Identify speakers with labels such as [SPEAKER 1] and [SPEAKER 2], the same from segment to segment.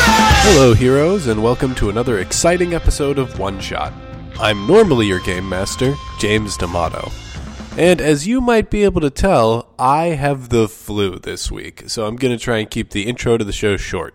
[SPEAKER 1] Hello, heroes, and welcome to another exciting episode of One Shot. I'm normally your game master, James D'Amato. And as you might be able to tell, I have the flu this week, so I'm going to try and keep the intro to the show short.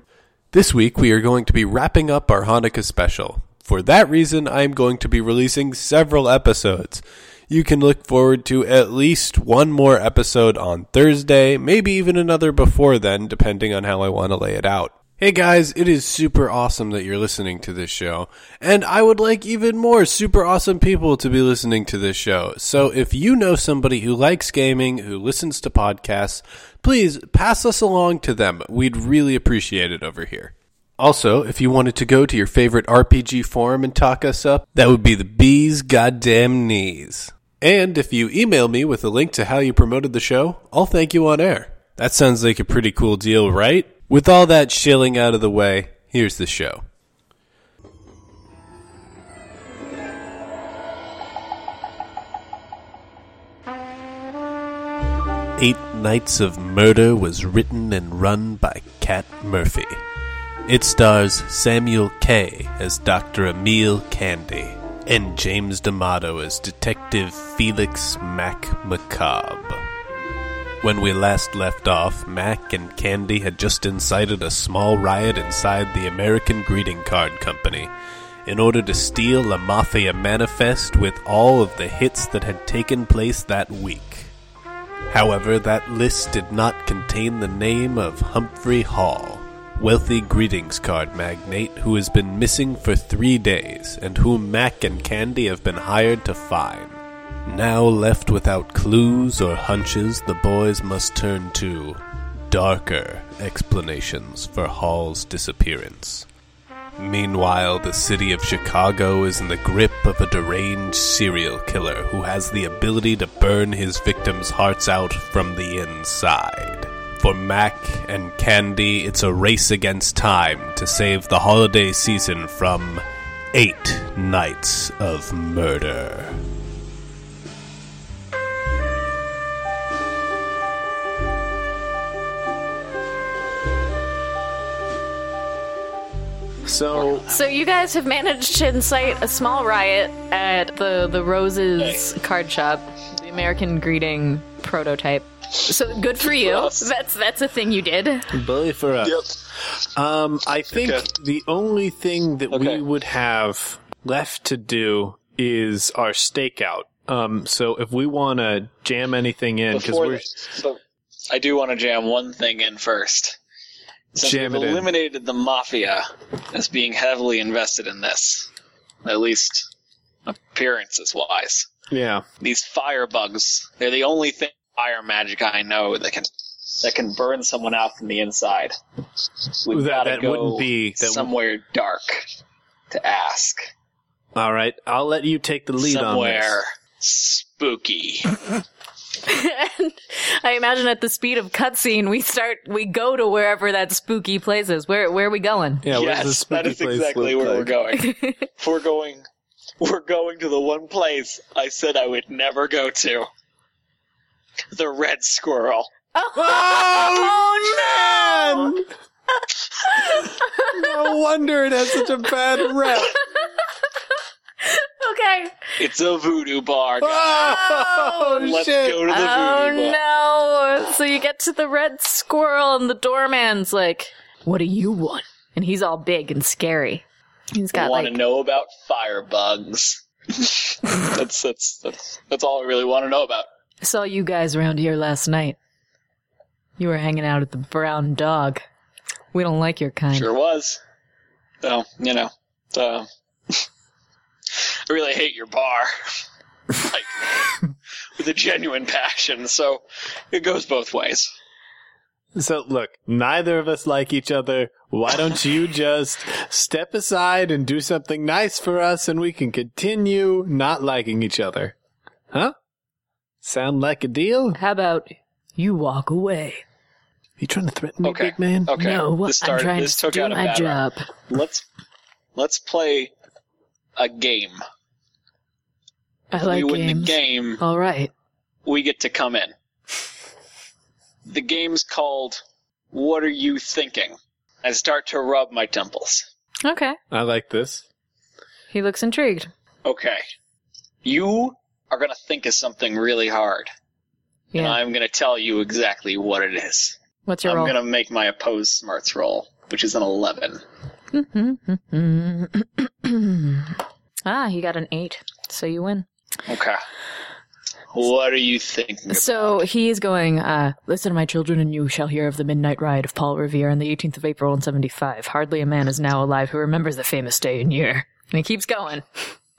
[SPEAKER 1] This week, we are going to be wrapping up our Hanukkah special. For that reason, I am going to be releasing several episodes. You can look forward to at least one more episode on Thursday, maybe even another before then, depending on how I want to lay it out. Hey guys, it is super awesome that you're listening to this show, and I would like even more super awesome people to be listening to this show. So if you know somebody who likes gaming, who listens to podcasts, please pass us along to them. We'd really appreciate it over here. Also, if you wanted to go to your favorite RPG forum and talk us up, that would be the bee's goddamn knees. And if you email me with a link to how you promoted the show, I'll thank you on air. That sounds like a pretty cool deal, right? With all that shilling out of the way, here's the show. Eight Nights of Murder was written and run by Kat Murphy. It stars Samuel Kay as Dr. Emil Candy and James D'Amato as Detective Felix Mac McCobb. When we last left off, Mac and Candy had just incited a small riot inside the American Greeting Card Company in order to steal a Mafia manifest with all of the hits that had taken place that week. However, that list did not contain the name of Humphrey Hall, wealthy greetings card magnate who has been missing for three days and whom Mac and Candy have been hired to find. Now left without clues or hunches, the boys must turn to darker explanations for Hall's disappearance. Meanwhile, the city of Chicago is in the grip of a deranged serial killer who has the ability to burn his victims' hearts out from the inside. For Mac and Candy, it's a race against time to save the holiday season from eight nights of murder. So,
[SPEAKER 2] So you guys have managed to incite a small riot at the the Roses card shop, the American greeting prototype. So good for you.
[SPEAKER 3] us.
[SPEAKER 2] That's that's a thing you did.
[SPEAKER 1] Bully for us. Um, I think
[SPEAKER 3] Okay.
[SPEAKER 4] the only thing that
[SPEAKER 3] Okay.
[SPEAKER 4] we would have left to do is our stakeout. Um, so if we want to jam anything in, because
[SPEAKER 3] Before
[SPEAKER 4] we're
[SPEAKER 3] that- but I do want to jam one thing in first. Since
[SPEAKER 4] Jam
[SPEAKER 3] we've
[SPEAKER 4] it in.
[SPEAKER 3] eliminated the mafia as being heavily invested in this, at least appearances wise.
[SPEAKER 4] yeah,
[SPEAKER 3] These firebugs, they're the only thing fire magic I know that can that can burn someone out from the inside. We've
[SPEAKER 4] That-
[SPEAKER 3] gotta
[SPEAKER 4] that
[SPEAKER 3] go
[SPEAKER 4] wouldn't be- that w-
[SPEAKER 3] somewhere dark to ask.
[SPEAKER 4] all right. I'll let you take the lead
[SPEAKER 3] somewhere spooky.
[SPEAKER 2] and I imagine at the speed of cutscene, we start we go to wherever that spooky place is. Where where are we going?
[SPEAKER 4] on this. Yeah, what does this
[SPEAKER 3] yes, that
[SPEAKER 4] spooky
[SPEAKER 3] is
[SPEAKER 4] place
[SPEAKER 3] exactly
[SPEAKER 4] look
[SPEAKER 3] where we're
[SPEAKER 4] like?
[SPEAKER 3] going. we're going. We're going to the one place I said I would never go to. The red squirrel.
[SPEAKER 2] Oh,
[SPEAKER 4] no wonder it has such a bad rep.
[SPEAKER 2] no! Okay.
[SPEAKER 3] It's a voodoo bar.
[SPEAKER 4] Oh,
[SPEAKER 3] Let's
[SPEAKER 4] shit!
[SPEAKER 3] go to the voodoo bar.
[SPEAKER 2] Oh no! So you get to the red squirrel, and the doorman's like, "What do you want?" And he's all big and scary. He's got
[SPEAKER 3] want
[SPEAKER 2] like,
[SPEAKER 3] to know about firebugs. that's, that's that's that's all I really want to know about.
[SPEAKER 2] "I saw you guys around here last night. You were hanging out at the Brown Dog. We don't like your kind."
[SPEAKER 3] Sure was. So you know, uh, I really hate your bar. like with a genuine passion. So it goes both ways.
[SPEAKER 4] So look, neither of us like each other. Why don't you just step aside and do something nice for us and we can continue not liking each other? Huh? Sound like a deal?
[SPEAKER 2] How about you walk away?
[SPEAKER 4] You trying to threaten me,
[SPEAKER 3] Okay.
[SPEAKER 4] big man?
[SPEAKER 3] Okay.
[SPEAKER 2] No,
[SPEAKER 3] this started,
[SPEAKER 2] I'm trying
[SPEAKER 3] this
[SPEAKER 2] to
[SPEAKER 3] took
[SPEAKER 2] do
[SPEAKER 3] out a
[SPEAKER 2] my
[SPEAKER 3] bad route.
[SPEAKER 2] job.
[SPEAKER 3] Let's let's play a game.
[SPEAKER 2] I
[SPEAKER 3] we
[SPEAKER 2] like
[SPEAKER 3] win
[SPEAKER 2] games.
[SPEAKER 3] the game,
[SPEAKER 2] All right.
[SPEAKER 3] we get to come in. The game's called "What Are You Thinking?" I start to rub my temples.
[SPEAKER 2] Okay.
[SPEAKER 4] I like this.
[SPEAKER 2] He looks intrigued.
[SPEAKER 3] Okay. You are going to think of something really hard, and
[SPEAKER 2] Yeah.
[SPEAKER 3] I'm going to tell you exactly what it is.
[SPEAKER 2] What's your
[SPEAKER 3] I'm
[SPEAKER 2] role?
[SPEAKER 3] going to make my opposed smarts roll, which is an 11.
[SPEAKER 2] ah, he got an eight, so you win.
[SPEAKER 3] Okay. What are you thinking? of?
[SPEAKER 2] So he is going, uh, listen, my children, and you shall hear of the midnight ride of Paul Revere on the 18th of April in 75. Hardly a man is now alive who remembers the famous day and year. And he keeps going.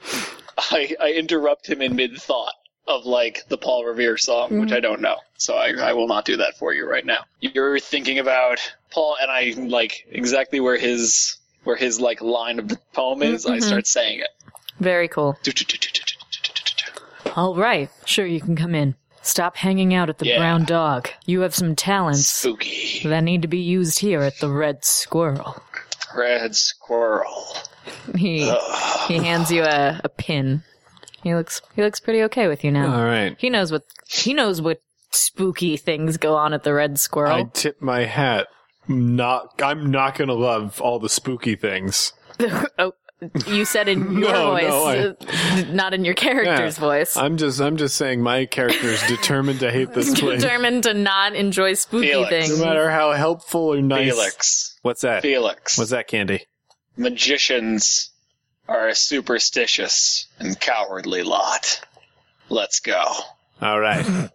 [SPEAKER 3] I, I interrupt him in mid thought of like the Paul Revere song, which I don't know, so I, I will not do that for you right now. You're thinking about Paul, and I like exactly where his where his like line of the poem is. I start saying it.
[SPEAKER 2] Very cool. All right. Sure, you can come in. Stop hanging out at the
[SPEAKER 3] Yeah.
[SPEAKER 2] brown dog. You have some talents
[SPEAKER 3] Spooky
[SPEAKER 2] that need to be used here at the red squirrel.
[SPEAKER 3] red squirrel.
[SPEAKER 2] He he hands you a, a pin. He looks he looks pretty okay with you now.
[SPEAKER 4] All right.
[SPEAKER 2] He knows what he knows what spooky things go on at the red squirrel.
[SPEAKER 4] I tip my hat. Not, I'm not gonna love all the spooky things.
[SPEAKER 2] oh, you said in your
[SPEAKER 4] No,
[SPEAKER 2] voice,
[SPEAKER 4] no, I-
[SPEAKER 2] uh, not in your character's
[SPEAKER 4] Yeah.
[SPEAKER 2] voice.
[SPEAKER 4] I'm just, I'm just saying, my character is determined to hate this place, no
[SPEAKER 2] Determined to not enjoy spooky
[SPEAKER 3] Felix.
[SPEAKER 2] things.
[SPEAKER 4] matter how helpful or nice.
[SPEAKER 3] Felix.
[SPEAKER 4] What's that?
[SPEAKER 3] Felix.
[SPEAKER 4] What's that candy?
[SPEAKER 3] Magicians are a superstitious and cowardly lot. Let's go.
[SPEAKER 4] All right.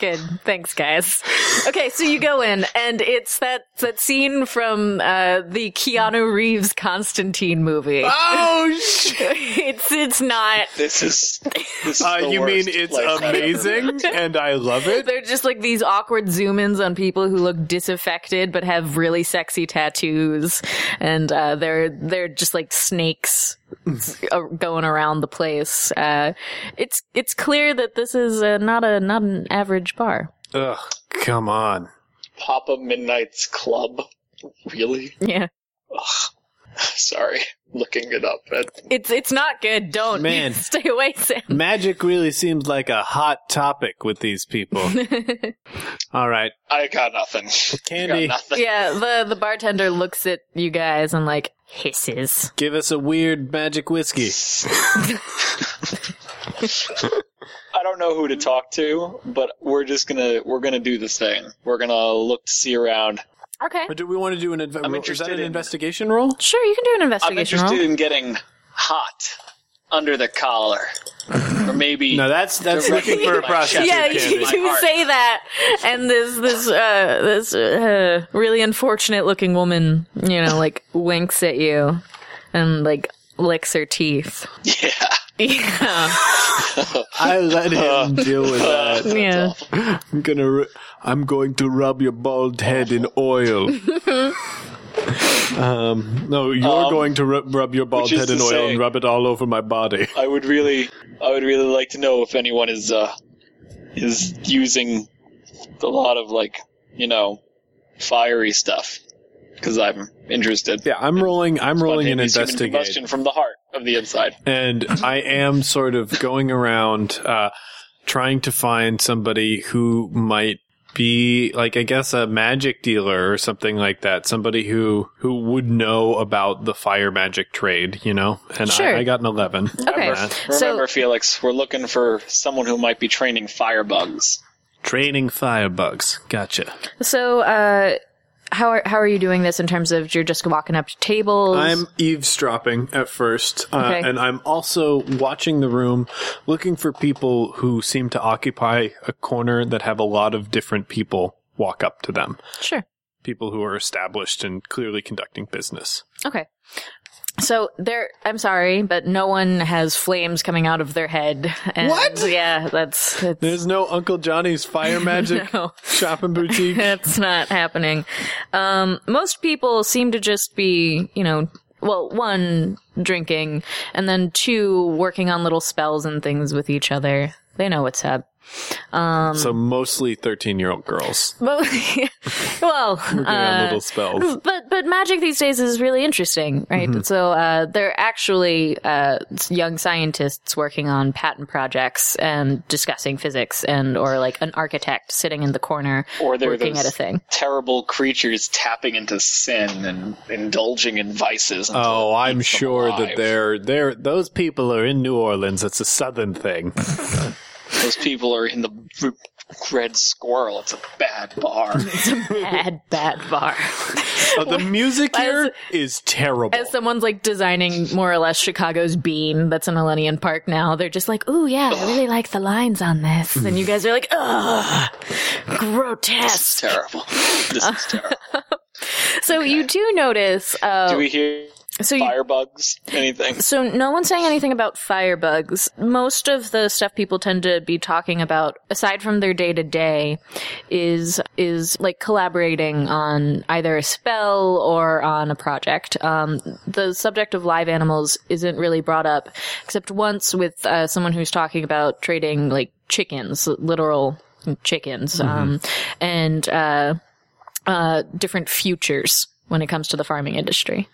[SPEAKER 2] Good. Thanks, guys. Okay, so you go in, and it's that that scene from uh, the Keanu Reeves Constantine movie.
[SPEAKER 4] oh shit!
[SPEAKER 2] it's it's not.
[SPEAKER 3] This is. This is
[SPEAKER 4] Uh,
[SPEAKER 3] the
[SPEAKER 4] you mean
[SPEAKER 3] worst
[SPEAKER 4] it's
[SPEAKER 3] place I've ever
[SPEAKER 4] amazing and I love it?
[SPEAKER 2] They're just like these awkward zoom ins on people who look disaffected but have really sexy tattoos, and uh, they're they're just like snakes s- uh, going around the place. Uh, it's it's clear that this is uh, not a not an average bar.
[SPEAKER 4] Ugh, come on.
[SPEAKER 3] Papa Midnight's Club. Really?
[SPEAKER 2] Yeah,
[SPEAKER 3] Sorry, looking it up. That-
[SPEAKER 2] it's it's not good. Don't
[SPEAKER 4] Man.
[SPEAKER 2] stay away, Sam.
[SPEAKER 4] Magic really seems like a hot topic with these people. All right,
[SPEAKER 3] I got nothing.
[SPEAKER 4] Candy,
[SPEAKER 3] Got nothing.
[SPEAKER 2] yeah, the the bartender looks at you guys and like hisses.
[SPEAKER 4] give us a weird magic whiskey.
[SPEAKER 3] I don't know who to talk to, but we're just gonna we're gonna do this thing. We're gonna look to see around.
[SPEAKER 2] Okay,
[SPEAKER 4] Or do we want to do an? Inve- is
[SPEAKER 3] interested
[SPEAKER 4] that an
[SPEAKER 3] in-
[SPEAKER 4] investigation roll?
[SPEAKER 2] sure, you can do an
[SPEAKER 3] I'm
[SPEAKER 2] investigation
[SPEAKER 3] interested
[SPEAKER 2] roll.
[SPEAKER 3] in getting hot under the collar, or maybe
[SPEAKER 4] No, that's that's
[SPEAKER 3] Directly
[SPEAKER 4] looking for a
[SPEAKER 3] my
[SPEAKER 4] prostitute.
[SPEAKER 2] yeah,
[SPEAKER 3] Candy.
[SPEAKER 2] you do
[SPEAKER 3] My heart.
[SPEAKER 2] say that, and this this uh, this uh, really unfortunate looking woman, you know, like winks at you and like licks her teeth.
[SPEAKER 3] yeah.
[SPEAKER 2] Yeah,
[SPEAKER 4] I let him
[SPEAKER 3] Uh,
[SPEAKER 4] deal with that.
[SPEAKER 2] yeah.
[SPEAKER 4] I'm gonna, ru- I'm going to rub your bald head in oil. um, no, you're going to ru- rub your bald
[SPEAKER 3] which is
[SPEAKER 4] head in
[SPEAKER 3] to
[SPEAKER 4] oil
[SPEAKER 3] say-
[SPEAKER 4] and rub it all over my body.
[SPEAKER 3] I would really, I would really like to know if anyone is uh is using a lot of like you know fiery stuff because I'm interested.
[SPEAKER 4] Yeah, I'm rolling. I'm rolling an
[SPEAKER 3] Spontaneous human
[SPEAKER 4] investigate,
[SPEAKER 3] combustion from the heart of the inside.
[SPEAKER 4] and I am sort of going around uh, trying to find somebody who might be like I guess a magic dealer or something like that. Somebody who who would know about the fire magic trade, you know. And
[SPEAKER 2] Sure.
[SPEAKER 4] I, I got an eleven.
[SPEAKER 2] Okay,
[SPEAKER 4] Yeah.
[SPEAKER 2] so
[SPEAKER 3] Remember, Felix, we're looking for someone who might be training firebugs.
[SPEAKER 4] Training firebugs. Gotcha.
[SPEAKER 2] so uh, how are how are you doing this in terms of you're just walking up to tables?
[SPEAKER 4] I'm eavesdropping at first, uh,
[SPEAKER 2] Okay.
[SPEAKER 4] and I'm also watching the room, looking for people who seem to occupy a corner that have a lot of different people walk up to them.
[SPEAKER 2] sure.
[SPEAKER 4] People who are established and clearly conducting business.
[SPEAKER 2] Okay. So there, I'm sorry, but no one has flames coming out of their head. And what? Yeah, that's that's,
[SPEAKER 4] There's no Uncle Johnny's fire magic
[SPEAKER 2] No.
[SPEAKER 4] shopping boutique.
[SPEAKER 2] that's not happening. Um, most people seem to just be, you know, well, one drinking, and then two working on little spells and things with each other. They know what's up. Um,
[SPEAKER 4] So mostly 13 year old girls.
[SPEAKER 2] but, well,
[SPEAKER 4] Working on
[SPEAKER 2] uh,
[SPEAKER 4] little spells.
[SPEAKER 2] But but magic these days is really interesting, right?
[SPEAKER 4] Mm-hmm.
[SPEAKER 2] So uh, there are actually uh, young scientists working on patent projects and discussing physics, and or like an architect sitting in the corner
[SPEAKER 3] Or there are
[SPEAKER 2] working
[SPEAKER 3] those
[SPEAKER 2] at a thing.
[SPEAKER 3] terrible creatures tapping into sin and indulging in vices. until
[SPEAKER 4] Oh,
[SPEAKER 3] it
[SPEAKER 4] I'm
[SPEAKER 3] eats them
[SPEAKER 4] sure that
[SPEAKER 3] alive.
[SPEAKER 4] they're, they're, those people are in New Orleans. It's a southern thing.
[SPEAKER 3] Those people are in the r- red squirrel. It's a bad bar.
[SPEAKER 2] Bad bad bar.
[SPEAKER 4] Uh, the music
[SPEAKER 2] As-
[SPEAKER 4] here is terrible.
[SPEAKER 2] As someone's like designing more or less Chicago's beam that's in Millennium Park now, they're just like, "Ooh, yeah, I really like the lines on this," and you guys are like, "Ugh,
[SPEAKER 3] It's
[SPEAKER 2] grotesque."
[SPEAKER 3] terrible. This is terrible.
[SPEAKER 2] So you do notice. Uh,
[SPEAKER 3] Do we hear
[SPEAKER 2] so you
[SPEAKER 3] firebugs? Anything?
[SPEAKER 2] So no one's saying anything about firebugs. Most of the stuff people tend to be talking about, aside from their day to day, is is like collaborating on either a spell or on a project. Um, the subject of live animals isn't really brought up, except once with uh, someone who's talking about trading like chickens, literal chickens, um, and uh, uh, different futures when it comes to the farming industry.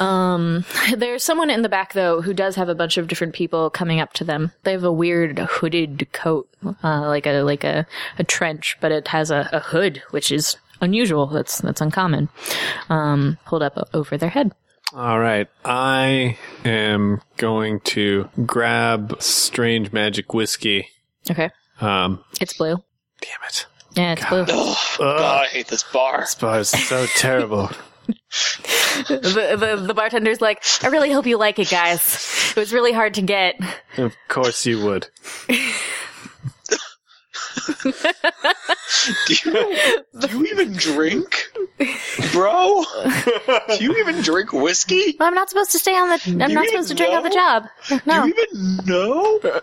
[SPEAKER 2] Um, there's someone in the back though who does have a bunch of different people coming up to them. They have a weird hooded coat, uh, like a like a, a trench, but it has a, a hood, which is unusual. That's that's uncommon. Um, pulled up o- over their head.
[SPEAKER 4] All right. I am going to grab strange magic whiskey.
[SPEAKER 2] Okay,
[SPEAKER 4] Um,
[SPEAKER 2] it's blue.
[SPEAKER 4] damn it.
[SPEAKER 2] Yeah, it's blue.
[SPEAKER 3] Oh,
[SPEAKER 4] Uh.
[SPEAKER 3] God, I hate this bar.
[SPEAKER 4] This bar is so terrible.
[SPEAKER 2] The, the the bartender's like, I really hope you like it, guys. It was really hard to get.
[SPEAKER 4] of course you would.
[SPEAKER 3] Do you, do you even drink, bro? Do you even drink whiskey?
[SPEAKER 2] Well, I'm not supposed to stay on the. I'm
[SPEAKER 3] You
[SPEAKER 2] not supposed to drink on the
[SPEAKER 3] know?
[SPEAKER 2] job. No.
[SPEAKER 3] Do you even know?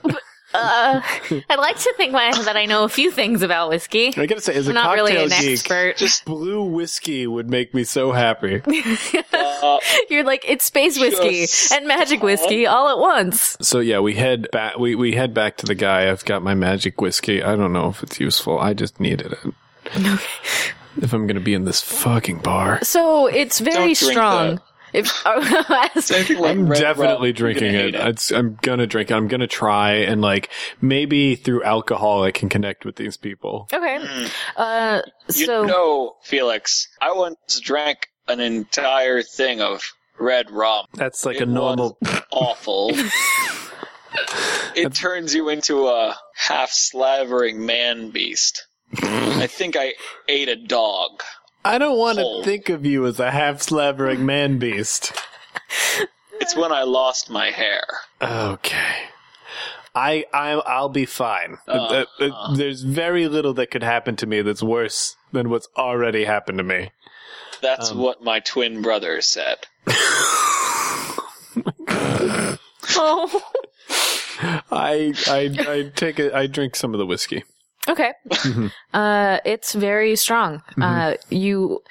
[SPEAKER 2] Uh, I'd like to think my, that I know a few things about whiskey.
[SPEAKER 4] I gotta say, as
[SPEAKER 2] I'm
[SPEAKER 4] a
[SPEAKER 2] not
[SPEAKER 4] cocktail
[SPEAKER 2] really an
[SPEAKER 4] geek,
[SPEAKER 2] expert.
[SPEAKER 4] blue whiskey would make me so happy.
[SPEAKER 3] Uh,
[SPEAKER 2] You're like it's space whiskey
[SPEAKER 3] Just-
[SPEAKER 2] and magic whiskey all at once.
[SPEAKER 4] So yeah, we head back. We, we head back to the guy. I've got my magic whiskey. I don't know if it's useful. I just needed it. if I'm gonna be in this fucking bar,
[SPEAKER 2] So it's very
[SPEAKER 3] Don't drink
[SPEAKER 2] strong.
[SPEAKER 3] that.
[SPEAKER 2] If oh,
[SPEAKER 3] anything like
[SPEAKER 4] I'm
[SPEAKER 3] Red Rum,
[SPEAKER 4] definitely
[SPEAKER 3] you're
[SPEAKER 4] drinking
[SPEAKER 3] gonna
[SPEAKER 4] it.
[SPEAKER 3] hate
[SPEAKER 4] It's, I'm gonna drink it. I'm gonna try and like maybe through alcohol I can connect with these people.
[SPEAKER 2] okay, uh,
[SPEAKER 3] Hmm. You
[SPEAKER 2] so
[SPEAKER 3] know, Felix, I once drank an entire thing of red rum.
[SPEAKER 4] That's like
[SPEAKER 3] It
[SPEAKER 4] a normal.
[SPEAKER 3] was awful. it turns you into a half slavering man beast. I think I ate a dog.
[SPEAKER 4] I don't want to
[SPEAKER 3] Whole.
[SPEAKER 4] think of you as a half slavering man beast.
[SPEAKER 3] It's when I lost my hair.
[SPEAKER 4] Okay. I I I'll be fine. Uh,
[SPEAKER 3] Ah.
[SPEAKER 4] uh, uh, there's very little that could happen to me that's worse than what's already happened to me.
[SPEAKER 3] That's
[SPEAKER 4] Um,
[SPEAKER 3] what my twin brother said.
[SPEAKER 2] oh,
[SPEAKER 4] I I I take a, I drink some of the whiskey.
[SPEAKER 2] okay, uh, it's very strong. Uh, you.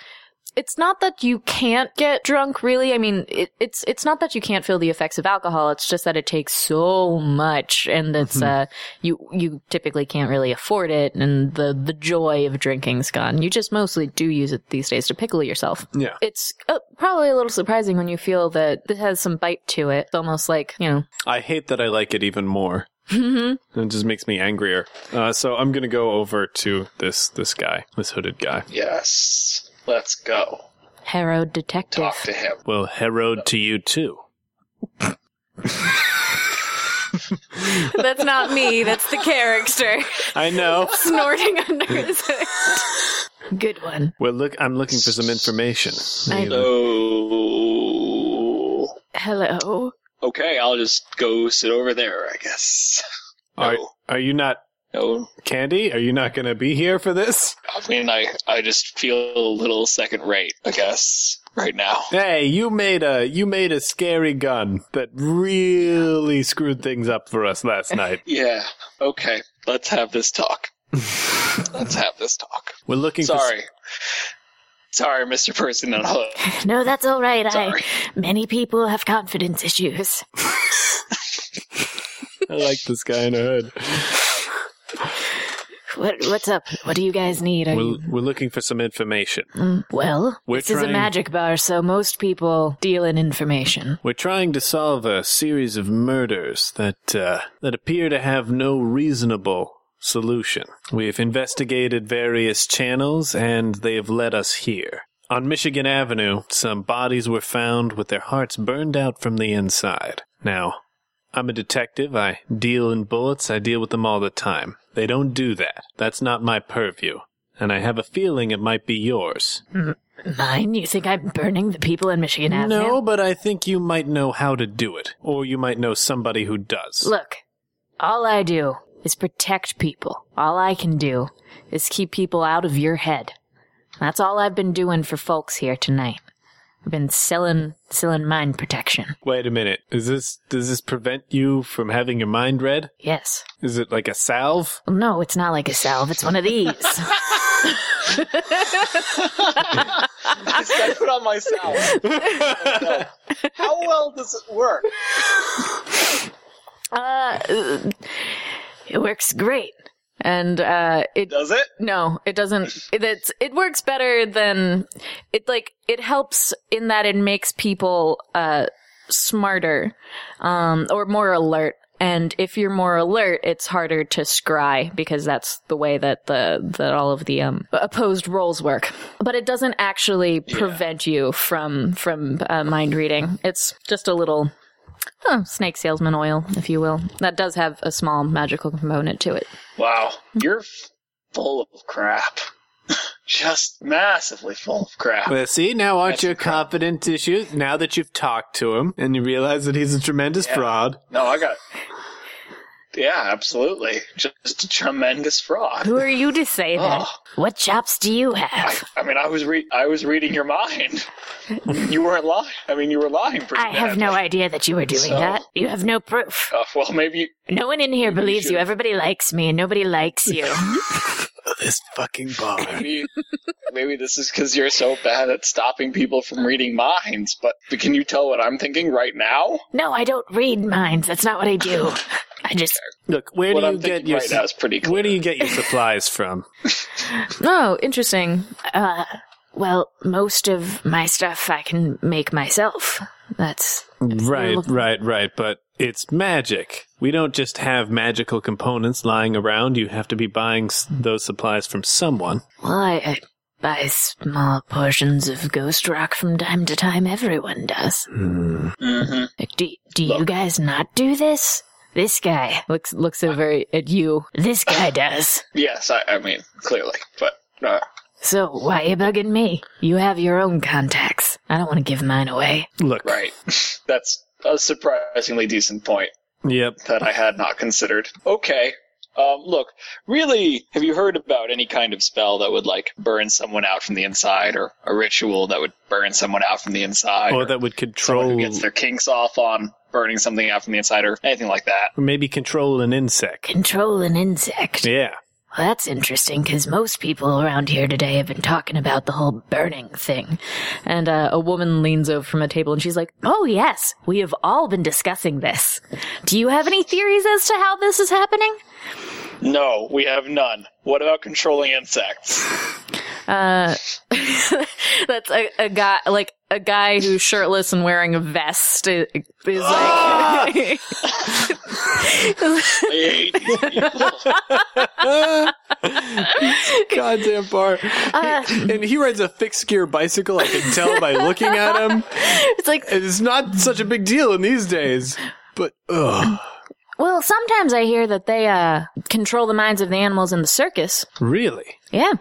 [SPEAKER 2] It's not that you can't get drunk, really. I mean, it, it's it's not that you can't feel the effects of alcohol. It's just that it takes so much, and it's uh, you you typically can't really afford it, and the the joy of drinking's gone. You just mostly do use it these days to pickle yourself.
[SPEAKER 4] Yeah.
[SPEAKER 2] it's uh, probably a little surprising when you feel that it has some bite to it. It's almost like, you know,
[SPEAKER 4] I hate that I like it even more. It just makes me angrier. Uh, so I'm gonna go over to this this guy, this hooded guy.
[SPEAKER 3] Yes. Let's go.
[SPEAKER 2] harrowed detective.
[SPEAKER 3] Talk to him.
[SPEAKER 4] Well, herod to you too.
[SPEAKER 2] That's not me, that's the character
[SPEAKER 4] I know.
[SPEAKER 2] snorting under his hood. Good one.
[SPEAKER 4] Well, look, I'm looking for some information.
[SPEAKER 2] I-
[SPEAKER 4] Oh.
[SPEAKER 3] So.
[SPEAKER 2] Hello.
[SPEAKER 3] Oh. Okay, I'll just go sit over there, I guess.
[SPEAKER 4] Are are you not
[SPEAKER 3] No,
[SPEAKER 4] Candy? Are you not gonna be here for this?
[SPEAKER 3] I mean, I, I just feel a little second rate, I guess, right now.
[SPEAKER 4] Hey, you made a you made a scary gun that really screwed things up for us last night.
[SPEAKER 3] Yeah, okay, let's have this talk. let's have this talk.
[SPEAKER 4] We're looking
[SPEAKER 3] Sorry. Sorry, Mr. Person in Hood.
[SPEAKER 2] No, that's all right.
[SPEAKER 3] Sorry.
[SPEAKER 2] many people have confidence issues.
[SPEAKER 4] for. I like this guy in a hood.
[SPEAKER 2] What what's up? What do you guys need? Are
[SPEAKER 4] We're,
[SPEAKER 2] you
[SPEAKER 4] we're looking for some information.
[SPEAKER 2] Mm, well?
[SPEAKER 4] We're
[SPEAKER 2] this is a
[SPEAKER 4] trying-
[SPEAKER 2] magic bar, so most people deal in information.
[SPEAKER 4] We're trying to solve a series of murders that uh, that appear to have no reasonable solution. We've investigated various channels, and they have led us here. On Michigan Avenue, some bodies were found with their hearts burned out from the inside. Now, I'm a detective. I deal in bullets. I deal with them all the time. They don't do that. That's not my purview. And I have a feeling it might be yours.
[SPEAKER 2] Mine? You think I'm burning the people in Michigan Avenue?
[SPEAKER 4] No, but I think you might know how to do it, or you might know somebody who does.
[SPEAKER 2] Look, all I do is protect people. All I can do is keep people out of your head. That's all I've been doing for folks here tonight. I've been selling selling mind protection.
[SPEAKER 4] Wait a minute. Is this does this prevent you from having your mind read?
[SPEAKER 2] Yes.
[SPEAKER 4] Is it like a salve?
[SPEAKER 2] Well, no, it's not like a salve. It's one of these.
[SPEAKER 3] I put on myself. No. How well does it work?
[SPEAKER 2] uh, it works great. And uh, it
[SPEAKER 3] Does it?
[SPEAKER 2] No, it doesn't. It, it's it works better than it like it helps in that it makes people uh smarter um or more alert. And if you're more alert, it's harder to scry because that's the way that the that all of the um opposed roles work. But it doesn't actually prevent you from from uh, mind reading. It's just a little huh, snake salesman oil, if you will. That does have a small magical component to it.
[SPEAKER 3] Wow, you're f- full of crap. Just massively full of crap.
[SPEAKER 4] Well, see, now aren't
[SPEAKER 3] That's
[SPEAKER 4] you
[SPEAKER 3] a crime.
[SPEAKER 4] confident issues? Now that you've talked to him and you realize that he's a tremendous
[SPEAKER 3] Yeah.
[SPEAKER 4] fraud.
[SPEAKER 3] No, I got. Yeah, absolutely. Just a tremendous fraud.
[SPEAKER 2] Who are you to say that?
[SPEAKER 3] Oh.
[SPEAKER 2] What chops do you
[SPEAKER 3] I,
[SPEAKER 2] have?
[SPEAKER 3] I mean, I was re- I was reading your mind. You weren't lying. I mean, you were lying pretty
[SPEAKER 2] I have
[SPEAKER 3] badly.
[SPEAKER 2] no idea that you were doing
[SPEAKER 3] So-
[SPEAKER 2] that. You have no proof.
[SPEAKER 3] Uh, well, maybe
[SPEAKER 2] No one in here
[SPEAKER 3] Maybe you
[SPEAKER 2] believes you.
[SPEAKER 3] should-
[SPEAKER 2] Everybody likes me, and nobody likes you.
[SPEAKER 4] This fucking bar.
[SPEAKER 3] maybe, maybe this is because you're so bad at stopping people from reading minds. But, but can you tell what I'm thinking right now?
[SPEAKER 2] no, I don't read minds. That's not what I do. I just
[SPEAKER 4] Look, where
[SPEAKER 3] what
[SPEAKER 4] do
[SPEAKER 3] I'm
[SPEAKER 4] you get
[SPEAKER 3] thinking
[SPEAKER 4] your
[SPEAKER 3] right
[SPEAKER 4] su-
[SPEAKER 3] now is pretty clear.
[SPEAKER 4] where do you get your supplies from?
[SPEAKER 2] oh, interesting. Uh, well, most of my stuff I can make myself. That's
[SPEAKER 4] Right,
[SPEAKER 2] look-
[SPEAKER 4] right, right. But it's magic. We don't just have magical components lying around. You have to be buying s- those supplies from someone.
[SPEAKER 2] well, I, I buy small portions of ghost rock from time to time. Everyone does.
[SPEAKER 3] hmm
[SPEAKER 2] Like, Do, do you guys not do this? This guy looks looks over at you. This guy does.
[SPEAKER 3] Yes, I, I mean clearly, but uh,
[SPEAKER 2] So why you bugging me? You have your own contacts. I don't want to give mine away.
[SPEAKER 4] Look,
[SPEAKER 3] right. That's a surprisingly decent point.
[SPEAKER 4] yep.
[SPEAKER 3] that I had not considered. Okay. Um, look, really, have you heard about any kind of spell that would like burn someone out from the inside, or a ritual that would burn someone out from the inside,
[SPEAKER 4] Or Oh, that would
[SPEAKER 3] someone
[SPEAKER 4] control,
[SPEAKER 3] who gets their kinks off on burning something out from the inside, or anything like that?
[SPEAKER 4] or maybe control an insect.
[SPEAKER 2] Control an insect.
[SPEAKER 4] Yeah.
[SPEAKER 2] Well, that's interesting because most people around here today have been talking about the whole burning thing. And uh, a woman leans over from a table and she's like, "Oh yes, we have all been discussing this. Do you have any theories as to how this is happening?"
[SPEAKER 3] No, we have none. What about controlling insects?
[SPEAKER 2] Uh, that's a, a guy like a guy who's shirtless and wearing a vest i- is like
[SPEAKER 3] I hate these people.
[SPEAKER 4] Goddamn bar. and he rides a fixed gear bicycle, I can tell by looking at him.
[SPEAKER 2] it's like
[SPEAKER 4] It's not such a big deal in these days. But, ugh.
[SPEAKER 2] well sometimes i hear that they uh control the minds of the animals in the circus
[SPEAKER 4] Really?
[SPEAKER 2] yeah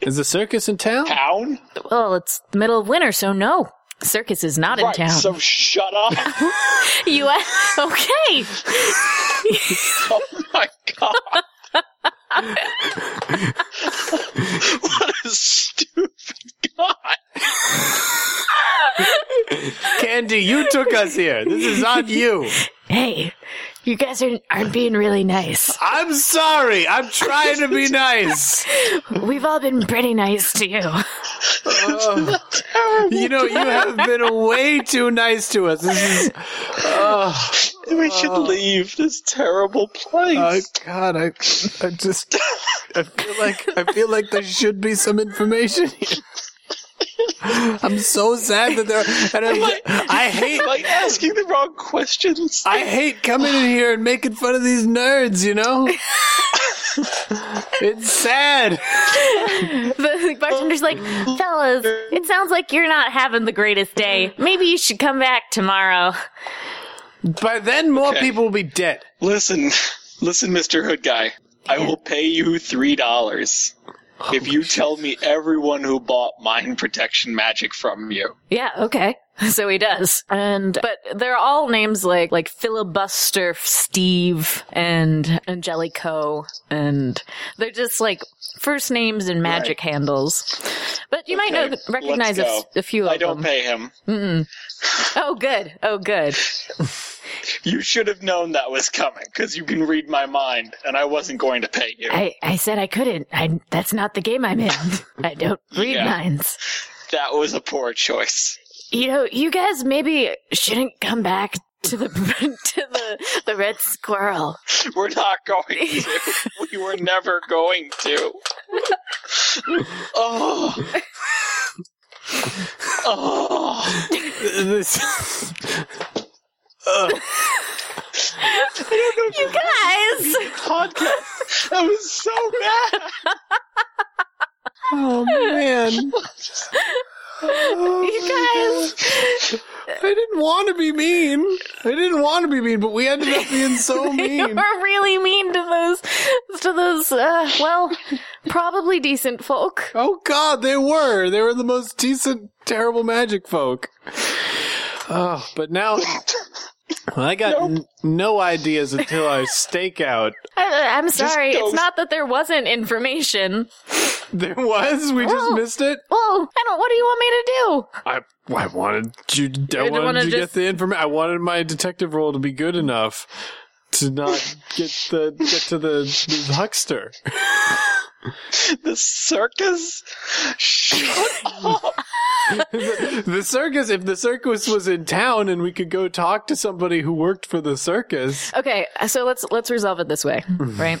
[SPEAKER 4] Is the circus in town?
[SPEAKER 3] Town?
[SPEAKER 2] well it's the middle of winter so no circus is not in
[SPEAKER 3] Right,
[SPEAKER 2] town
[SPEAKER 3] so shut up.
[SPEAKER 2] you uh, okay
[SPEAKER 3] Oh my god. what a stupid god.
[SPEAKER 4] Candy, you took us here. This is on you.
[SPEAKER 2] hey you guys are, aren't being really nice
[SPEAKER 4] I'm sorry. I'm trying to be nice.
[SPEAKER 2] we've all been pretty nice to you
[SPEAKER 4] Ugh. you know, you have been way too nice to us. This is. ugh.
[SPEAKER 3] We should leave this terrible place.
[SPEAKER 4] Oh God, I, I just, I feel like, I feel like there should be some information here. I'm so sad that there, and I, I hate,
[SPEAKER 3] like asking the wrong questions.
[SPEAKER 4] I hate coming in here and making fun of these nerds. You know, it's sad.
[SPEAKER 2] The bartender's like, fellas, it sounds like you're not having the greatest day. Maybe you should come back tomorrow.
[SPEAKER 4] By then, more
[SPEAKER 3] Okay.
[SPEAKER 4] people will be dead.
[SPEAKER 3] Listen, listen, Mr. Hood Guy. I will pay you three dollars
[SPEAKER 2] Oh,
[SPEAKER 3] if you tell me everyone who bought mind protection magic from you.
[SPEAKER 2] Yeah, okay. So he does. And but they're all names like like filibuster Steve and Angelico and they're just like first names and magic handles. But you might
[SPEAKER 3] Okay,
[SPEAKER 2] know recognize a,
[SPEAKER 3] let's go.
[SPEAKER 2] a few of
[SPEAKER 3] I
[SPEAKER 2] them.
[SPEAKER 3] don't pay him.
[SPEAKER 2] Oh good. Oh good.
[SPEAKER 3] You should have known that was coming because you can read my mind, and I wasn't going to pay you.
[SPEAKER 2] I I said I couldn't. I that's not the game I'm in. I don't read
[SPEAKER 3] Yeah.
[SPEAKER 2] minds.
[SPEAKER 3] That was a poor choice.
[SPEAKER 2] You know, you guys maybe shouldn't come back to the to the the red squirrel.
[SPEAKER 3] We're not going to. we were never going to. oh. Oh.
[SPEAKER 4] This,
[SPEAKER 2] You guys.
[SPEAKER 3] Podcast. That was so bad.
[SPEAKER 4] oh man,
[SPEAKER 2] You guys.
[SPEAKER 4] I didn't want to be mean. I didn't want to be mean, but we ended up being so
[SPEAKER 2] You
[SPEAKER 4] mean.
[SPEAKER 2] were really mean to those to those uh, well, probably decent folk.
[SPEAKER 4] Oh God, they were. They were the most decent, terrible magic folk. Oh, but now I got n- no ideas until our stakeout.
[SPEAKER 2] I, I'm sorry, it's
[SPEAKER 3] don't-
[SPEAKER 2] not that there wasn't information.
[SPEAKER 4] There was. We just
[SPEAKER 2] Oh.
[SPEAKER 4] missed it.
[SPEAKER 2] Well, I don't. What do you want me to
[SPEAKER 4] I I wanted you. I
[SPEAKER 2] You
[SPEAKER 4] wanted
[SPEAKER 2] wanna
[SPEAKER 4] to get
[SPEAKER 2] just-
[SPEAKER 4] the information. I wanted my detective role to be good enough to not get the get to the, the huckster.
[SPEAKER 3] The circus? Shut up.
[SPEAKER 4] the circus. If the circus was in town and we could go talk to somebody who worked for the circus,
[SPEAKER 2] do? Okay, so let's let's resolve it this way, right?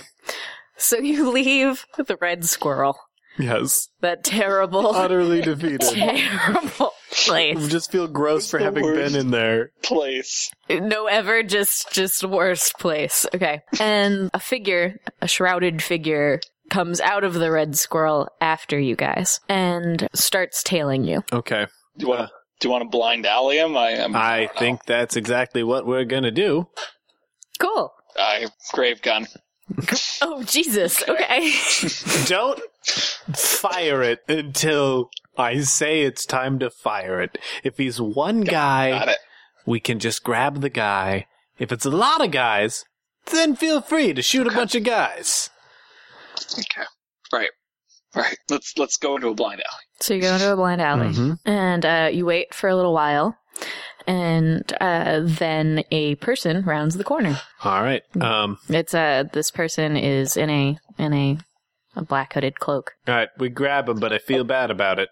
[SPEAKER 2] So you leave the red squirrel,
[SPEAKER 4] yes,
[SPEAKER 2] that terrible,
[SPEAKER 4] utterly defeated.
[SPEAKER 2] terrible place.
[SPEAKER 4] Just feel gross for
[SPEAKER 3] the
[SPEAKER 4] having
[SPEAKER 3] worst.
[SPEAKER 4] been in there.
[SPEAKER 3] Place.
[SPEAKER 2] no ever just just worst place okay and a figure a shrouded figure comes out of the red squirrel after you guys and starts tailing you
[SPEAKER 4] Okay,
[SPEAKER 3] Do you want to? Do you want to blind alley him? I am. I,
[SPEAKER 4] I think that's exactly what we're gonna do.
[SPEAKER 2] cool
[SPEAKER 3] grave gun.
[SPEAKER 2] oh jesus okay
[SPEAKER 4] Don't fire it until I say it's time to fire it. If he's one
[SPEAKER 3] Got
[SPEAKER 4] guy,
[SPEAKER 3] it.
[SPEAKER 4] we can just grab the guy. If it's a lot of guys, then feel free to shoot a bunch of guys.
[SPEAKER 3] Okay. Right. Right. Let's let's go into a blind alley.
[SPEAKER 2] so you go into a blind alley
[SPEAKER 4] Mhm.
[SPEAKER 2] and uh, you wait for a little while and uh, then a person rounds the corner
[SPEAKER 4] All right.
[SPEAKER 3] Hmm.
[SPEAKER 4] Um.
[SPEAKER 2] it's uh this person is in a in a a black hooded cloak
[SPEAKER 4] All right. We grab him, but I feel bad about it.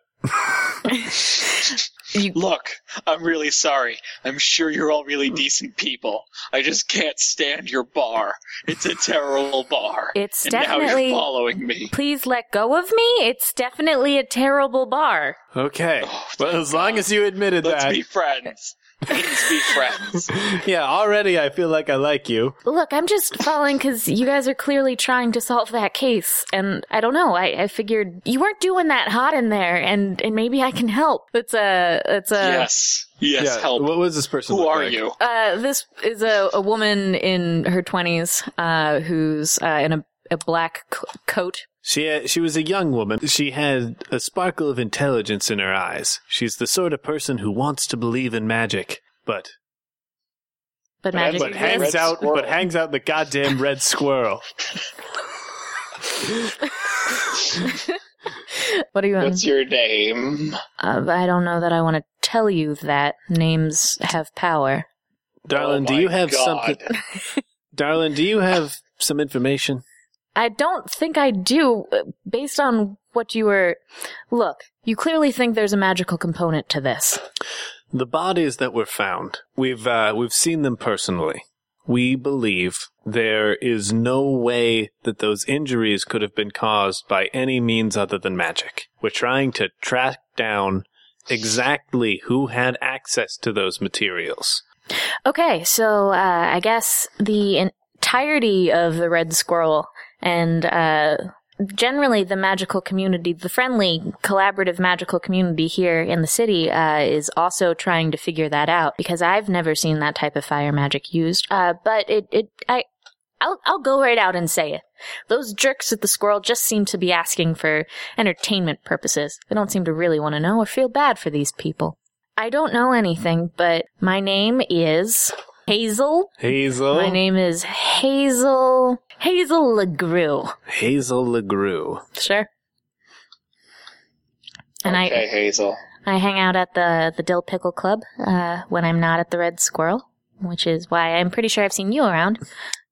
[SPEAKER 3] Look, I'm really sorry. I'm sure you're all really decent people. I just can't stand your bar. It's a terrible bar.
[SPEAKER 2] It's
[SPEAKER 3] and now
[SPEAKER 2] definitely-
[SPEAKER 3] you're following me.
[SPEAKER 2] please let go of me. It's definitely a terrible bar.
[SPEAKER 4] Okay.
[SPEAKER 3] Oh,
[SPEAKER 4] Well, as long as you admitted
[SPEAKER 3] Let's
[SPEAKER 4] that.
[SPEAKER 3] be friends. Let's be friends.
[SPEAKER 4] yeah. Already, I feel like I like you.
[SPEAKER 2] Look, I'm just following because you guys are clearly trying to solve that case. And I don't know. I, I figured you weren't doing that hot in there, and, and maybe I can help. It's a it's a
[SPEAKER 3] yes. Yes.
[SPEAKER 4] yeah.
[SPEAKER 3] help.
[SPEAKER 4] What was this person?
[SPEAKER 3] Who
[SPEAKER 4] look
[SPEAKER 3] are
[SPEAKER 4] like?
[SPEAKER 3] you?
[SPEAKER 2] Uh, this is a, a woman in her twenties uh, who's uh, in a, a black c- coat.
[SPEAKER 4] She uh, she was a young woman. She had a sparkle of intelligence in her eyes. She's the sort of person who wants to believe in magic, but
[SPEAKER 2] But
[SPEAKER 3] But
[SPEAKER 2] magic
[SPEAKER 4] but
[SPEAKER 3] Red
[SPEAKER 4] hangs
[SPEAKER 2] exists.
[SPEAKER 4] out
[SPEAKER 3] squirrel. Oh
[SPEAKER 4] but hangs out the goddamn red squirrel.
[SPEAKER 2] What do you want?
[SPEAKER 3] What's your name?
[SPEAKER 2] Uh, I don't know that I want to tell you that names have power.
[SPEAKER 4] Darling,
[SPEAKER 3] Oh
[SPEAKER 4] do
[SPEAKER 3] my
[SPEAKER 4] you have
[SPEAKER 3] God.
[SPEAKER 4] something? Darling, do you have some information?
[SPEAKER 2] I don't think I do, uh, based on what you were. Look, you clearly think there's a magical component to this.
[SPEAKER 4] The bodies that were found, we've uh, we've seen them personally. we believe there is no way that those injuries could have been caused by any means other than magic. We're trying to track down exactly who had access to those materials.
[SPEAKER 2] Okay, so uh, I guess the entirety of the Red Squirrel and uh, generally the magical community, the friendly, collaborative magical community here in the city, uh, is also trying to figure that out because I've never seen that type of fire magic used. Uh, but it, it, I, I'll, I'll go right out and say it. Those jerks at the squirrel just seem to be asking for entertainment purposes. They don't seem to really want to know or feel bad for these people. I don't know anything, but my name is Hazel.
[SPEAKER 4] Hazel.
[SPEAKER 2] My name is Hazel. Hazel LeGrew.
[SPEAKER 4] Hazel LeGrew.
[SPEAKER 2] Sure. And
[SPEAKER 3] okay, Hazel.
[SPEAKER 2] I, I hang out at the, the Dill Pickle Club uh, when I'm not at the Red Squirrel, which is why I'm pretty sure I've seen you around. Uh.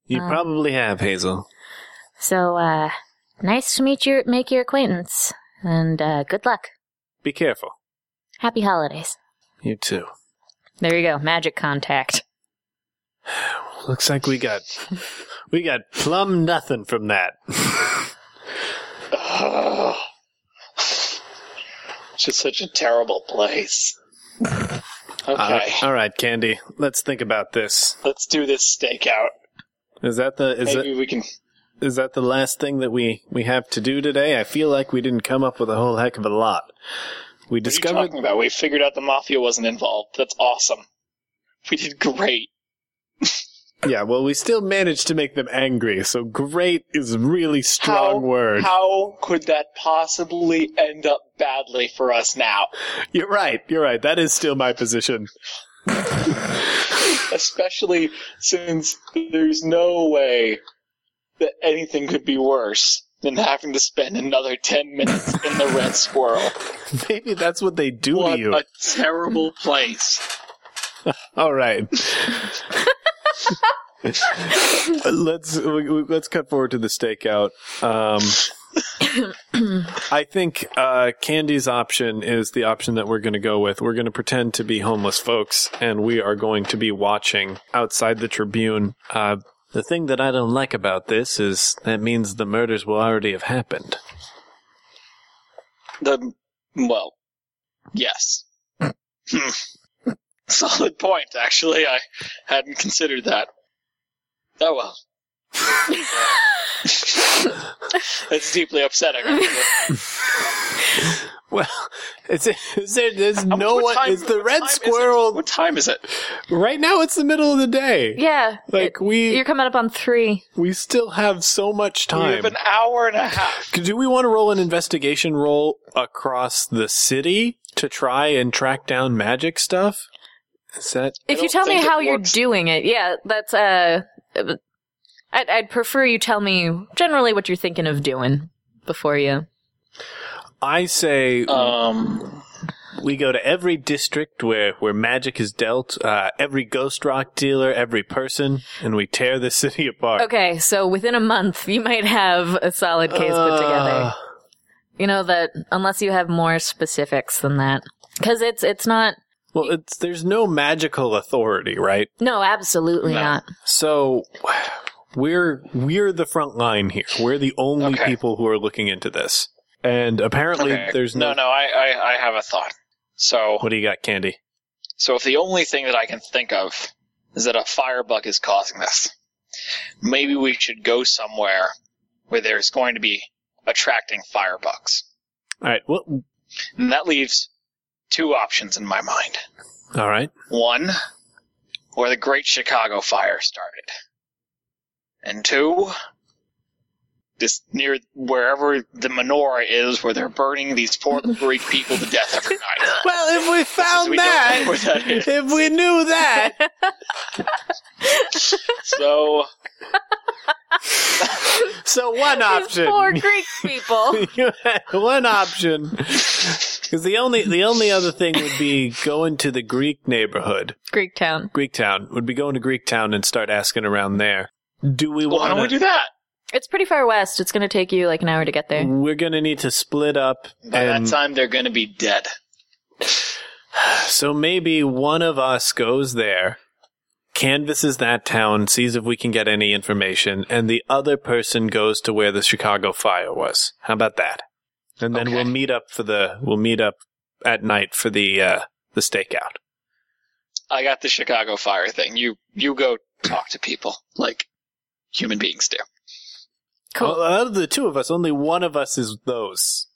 [SPEAKER 4] You probably have, Hazel.
[SPEAKER 2] So, uh, nice to meet your, make your acquaintance, and uh, good luck.
[SPEAKER 4] Be careful.
[SPEAKER 2] Happy holidays.
[SPEAKER 4] You too.
[SPEAKER 2] There you go, magic contact.
[SPEAKER 4] Looks like we got we got plumb nothing from that.
[SPEAKER 3] Ugh. It's just such a terrible place.
[SPEAKER 4] Uh,
[SPEAKER 3] Okay,
[SPEAKER 4] All right, all right, Candy. Let's think about this.
[SPEAKER 3] let's do this stakeout.
[SPEAKER 4] Is that the is
[SPEAKER 3] Maybe
[SPEAKER 4] it
[SPEAKER 3] we can.
[SPEAKER 4] is that the last thing that we we have to do today? I feel like we didn't come up with a whole heck of a lot. We
[SPEAKER 3] What are you
[SPEAKER 4] discovered
[SPEAKER 3] talking about? We figured out the mafia wasn't involved. That's awesome. We did great.
[SPEAKER 4] Yeah, well, we still managed to make them angry, so great is a really strong
[SPEAKER 3] How-
[SPEAKER 4] word.
[SPEAKER 3] How could that possibly end up badly for us now?
[SPEAKER 4] You're right, you're right. That is still my position.
[SPEAKER 3] Especially since there's no way that anything could be worse than having to spend another 10 minutes in the red squirrel.
[SPEAKER 4] Maybe that's what they do
[SPEAKER 3] What
[SPEAKER 4] to you.
[SPEAKER 3] a terrible place.
[SPEAKER 4] All right. let's we- we- let's cut forward to the stakeout. Um, I think uh, Candy's option is the option that we're going to go with. We're going to pretend to be homeless folks, and we are going to be watching outside the Tribune. Uh, the thing that I don't like about this is that means the murders will already have happened.
[SPEAKER 3] The well, yes. Hmm. Solid point, actually. I hadn't considered that. Oh well. That's deeply upsetting.
[SPEAKER 4] Well, it's, is there, there's
[SPEAKER 3] How much-
[SPEAKER 4] no
[SPEAKER 3] what
[SPEAKER 4] one.
[SPEAKER 3] time-
[SPEAKER 4] Is the
[SPEAKER 3] what
[SPEAKER 4] red
[SPEAKER 3] time is it?
[SPEAKER 4] squirrel
[SPEAKER 3] what time is it?
[SPEAKER 4] right now? It's the middle of the day.
[SPEAKER 2] Yeah.
[SPEAKER 4] Like we
[SPEAKER 2] you're coming up on three.
[SPEAKER 4] We still have so much
[SPEAKER 3] We
[SPEAKER 4] time.
[SPEAKER 3] have an hour and a half.
[SPEAKER 4] Do we want to roll an investigation roll across the city to try and track down magic stuff? Is that
[SPEAKER 2] If you
[SPEAKER 3] don't
[SPEAKER 2] tell me
[SPEAKER 3] think it
[SPEAKER 2] how you're
[SPEAKER 3] works.
[SPEAKER 2] doing it, yeah, that's, uh, I'd, I'd prefer you tell me generally what you're thinking of doing before you.
[SPEAKER 4] I say
[SPEAKER 3] Um,
[SPEAKER 4] we go to every district where where magic is dealt, uh, every ghost rock dealer, every person, and we tear the city apart.
[SPEAKER 2] Okay, so within a month, you might have a solid case put
[SPEAKER 4] Uh,
[SPEAKER 2] together. You know that unless you have more specifics than that, because it's it's not.
[SPEAKER 4] well, it's there's no magical authority, right?
[SPEAKER 2] No, absolutely
[SPEAKER 3] No.
[SPEAKER 2] not.
[SPEAKER 4] So we're we're the front line here. We're the only
[SPEAKER 3] Okay.
[SPEAKER 4] people who are looking into this. And apparently
[SPEAKER 3] okay.
[SPEAKER 4] there's no,
[SPEAKER 3] no, no. I, I, I have a thought. So,
[SPEAKER 4] What do you got, Candy?
[SPEAKER 3] So if the only thing that I can think of is that a firebug is causing this, maybe we should go somewhere where there's going to be attracting firebugs.
[SPEAKER 4] All right. Well,
[SPEAKER 3] And that leaves two options in my mind.
[SPEAKER 4] all right.
[SPEAKER 3] One, where the Great Chicago Fire started. And two, this near wherever the menorah is where they're burning these poor Greek people to death every night.
[SPEAKER 4] Well, if we found
[SPEAKER 3] we don't know where that is.
[SPEAKER 4] if we knew that,
[SPEAKER 3] So
[SPEAKER 4] so one
[SPEAKER 2] These poor Greek people.
[SPEAKER 4] one option. Because the only the only other thing would be going to the Greek neighborhood,
[SPEAKER 2] Greek town.
[SPEAKER 4] Greek town. Would be going to Greek town and start asking around there. Do we
[SPEAKER 3] why
[SPEAKER 4] want?
[SPEAKER 3] don't we do that?
[SPEAKER 2] It's pretty far west. It's going to take you like an hour to get
[SPEAKER 3] Mm.
[SPEAKER 2] there.
[SPEAKER 4] We're gonna need to split up,
[SPEAKER 3] By
[SPEAKER 4] and
[SPEAKER 3] that time, they're going to be dead.
[SPEAKER 4] so maybe one of us goes there, canvasses that town, sees if we can get any information, and the other person goes to where the Chicago fire was. How about that? And then
[SPEAKER 3] Okay.
[SPEAKER 4] we'll meet up for the we'll meet up at night for the uh the stakeout.
[SPEAKER 3] I got the Chicago fire thing. You you go talk to people like human beings do.
[SPEAKER 2] Cool.
[SPEAKER 4] Well, out of the two of us, only one of us is those.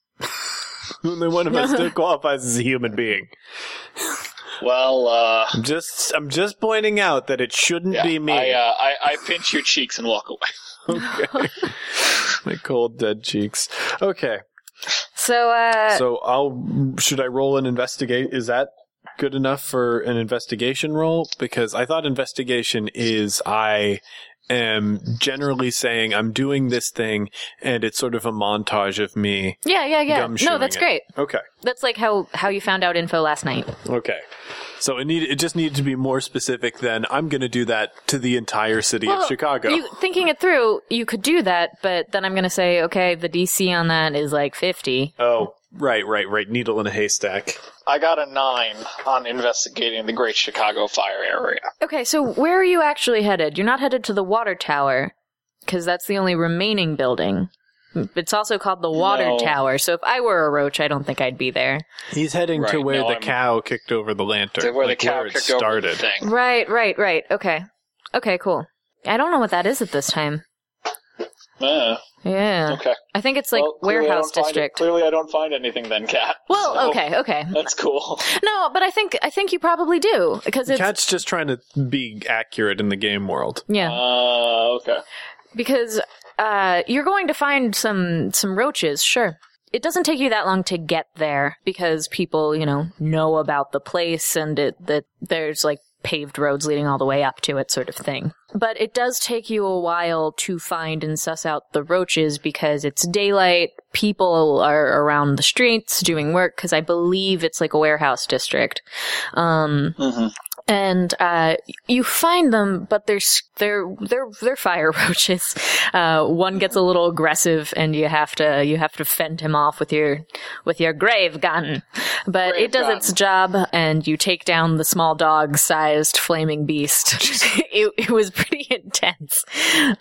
[SPEAKER 4] only one of us still qualifies as a human being.
[SPEAKER 3] Well, uh,
[SPEAKER 4] I'm just I'm just pointing out that it shouldn't
[SPEAKER 3] yeah,
[SPEAKER 4] be me.
[SPEAKER 3] I, uh, I I pinch your cheeks and walk away.
[SPEAKER 4] okay. My cold dead cheeks. Okay.
[SPEAKER 2] so, uh,
[SPEAKER 4] so I'll should I roll an investigate? Is that good enough for an investigation roll? Because I thought investigation is I am generally saying I'm doing this thing, and it's sort of a montage of me.
[SPEAKER 2] yeah, yeah, yeah. No,
[SPEAKER 4] gumshoeing
[SPEAKER 2] that's
[SPEAKER 4] it.
[SPEAKER 2] great.
[SPEAKER 4] Okay,
[SPEAKER 2] That's like how how you found out info last night.
[SPEAKER 4] okay. So it need it just needed to be more specific than I'm going to do that to the entire city of Chicago.
[SPEAKER 2] You, thinking it through, you could do that, but then I'm going to say, okay, the DC on that is like 50.
[SPEAKER 4] oh, right, right, right. Needle in a haystack.
[SPEAKER 3] I got a nine on investigating the Great Chicago Fire area.
[SPEAKER 2] Okay, so where are you actually headed? You're not headed to the water tower because that's the only remaining building. It's also called the water
[SPEAKER 3] No.
[SPEAKER 2] tower. So if I were a roach, I don't think I'd be there.
[SPEAKER 4] He's heading to
[SPEAKER 3] Right,
[SPEAKER 4] where
[SPEAKER 3] no,
[SPEAKER 4] the
[SPEAKER 3] I'm-
[SPEAKER 4] cow kicked over the lantern.
[SPEAKER 3] To where
[SPEAKER 4] like
[SPEAKER 3] the cow
[SPEAKER 4] it
[SPEAKER 3] kicked over
[SPEAKER 4] started.
[SPEAKER 3] the thing.
[SPEAKER 2] Right, right, right. Okay. Okay, cool. I don't know what that is at this time.
[SPEAKER 3] Uh,
[SPEAKER 2] Yeah.
[SPEAKER 3] okay.
[SPEAKER 2] I think it's like
[SPEAKER 3] Well, clearly I
[SPEAKER 2] warehouse
[SPEAKER 3] don't find it-
[SPEAKER 2] district.
[SPEAKER 3] clearly, I don't find anything then, Cat.
[SPEAKER 2] Well, okay, okay.
[SPEAKER 3] That's cool.
[SPEAKER 2] No, but I think I think you probably do because it's
[SPEAKER 4] Cat's just trying to be accurate in the game world.
[SPEAKER 2] yeah.
[SPEAKER 3] Uh, okay.
[SPEAKER 2] because uh, you're going to find some some roaches. Sure, it doesn't take you that long to get there because people, you know, know about the place and it, that there's like paved roads leading all the way up to it, sort of thing. But it does take you a while to find and suss out the roaches because it's daylight. People are around the streets doing work because I believe it's like a warehouse district. Um,
[SPEAKER 3] Mm-hmm.
[SPEAKER 2] and uh, you find them, but they're s- they're they're they're fire roaches. Uh, one gets a little aggressive, and you have to you have to fend him off with your with your grave gun. But
[SPEAKER 3] Grave
[SPEAKER 2] it does
[SPEAKER 3] gun.
[SPEAKER 2] its job, and you take down the small dog sized flaming beast. it, it was pretty intense,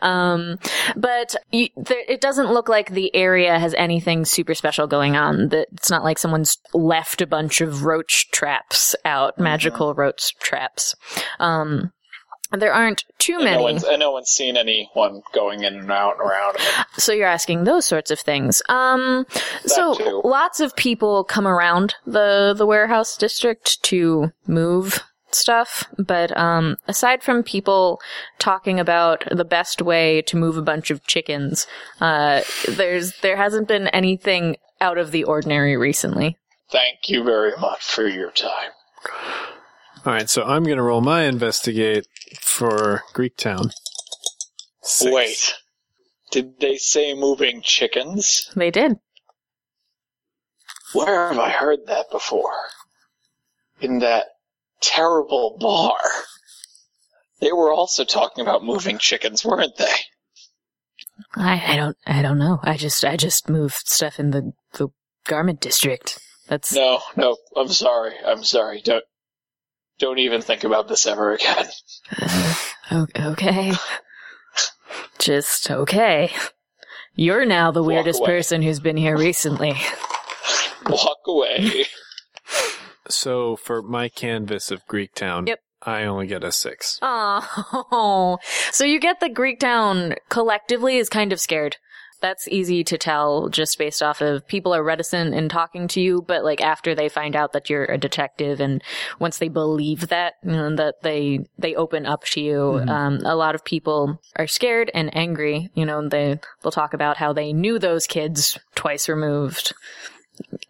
[SPEAKER 2] um, but you, there, it doesn't look like the area has anything super special going on. That it's not like someone's left a bunch of roach traps out, magical roach traps. Um, there aren't too
[SPEAKER 3] No
[SPEAKER 2] many.
[SPEAKER 3] one's, and no one's seen anyone going in and out and around.
[SPEAKER 2] So you're asking those sorts of things. Um, so
[SPEAKER 3] too.
[SPEAKER 2] lots of people come around the the warehouse district to move stuff, but um, aside from people talking about the best way to move a bunch of chickens, uh, there's there hasn't been anything out of the ordinary recently.
[SPEAKER 3] Thank you very much for your time.
[SPEAKER 4] All right, so I'm going to roll my investigate for Greek Town. Six.
[SPEAKER 3] Wait. Did they say moving chickens?
[SPEAKER 2] They did.
[SPEAKER 3] Where have I heard that before? In that terrible bar. They were also talking about moving chickens, weren't they?
[SPEAKER 2] I, I don't I don't know. I just I just move stuff in the the garment district. That's
[SPEAKER 3] No, no, I'm sorry. I'm sorry. Don't don't even think about this ever again.
[SPEAKER 2] O- Okay. Just okay. You're now the
[SPEAKER 3] Walk
[SPEAKER 2] weirdest
[SPEAKER 3] away.
[SPEAKER 2] person who's been here recently.
[SPEAKER 3] Walk away.
[SPEAKER 4] So for my canvas of Greek Town,
[SPEAKER 2] Yep.
[SPEAKER 4] I only get a six.
[SPEAKER 2] Oh. So you get the Greek town collectively is kind of scared. That's easy to tell just based off of people are reticent in talking to you, but like after they find out that you're a detective and once they believe that, you know, that they, they open up to you. Um, a lot of people are scared and angry, you know, and they, they'll talk about how they knew those kids twice removed,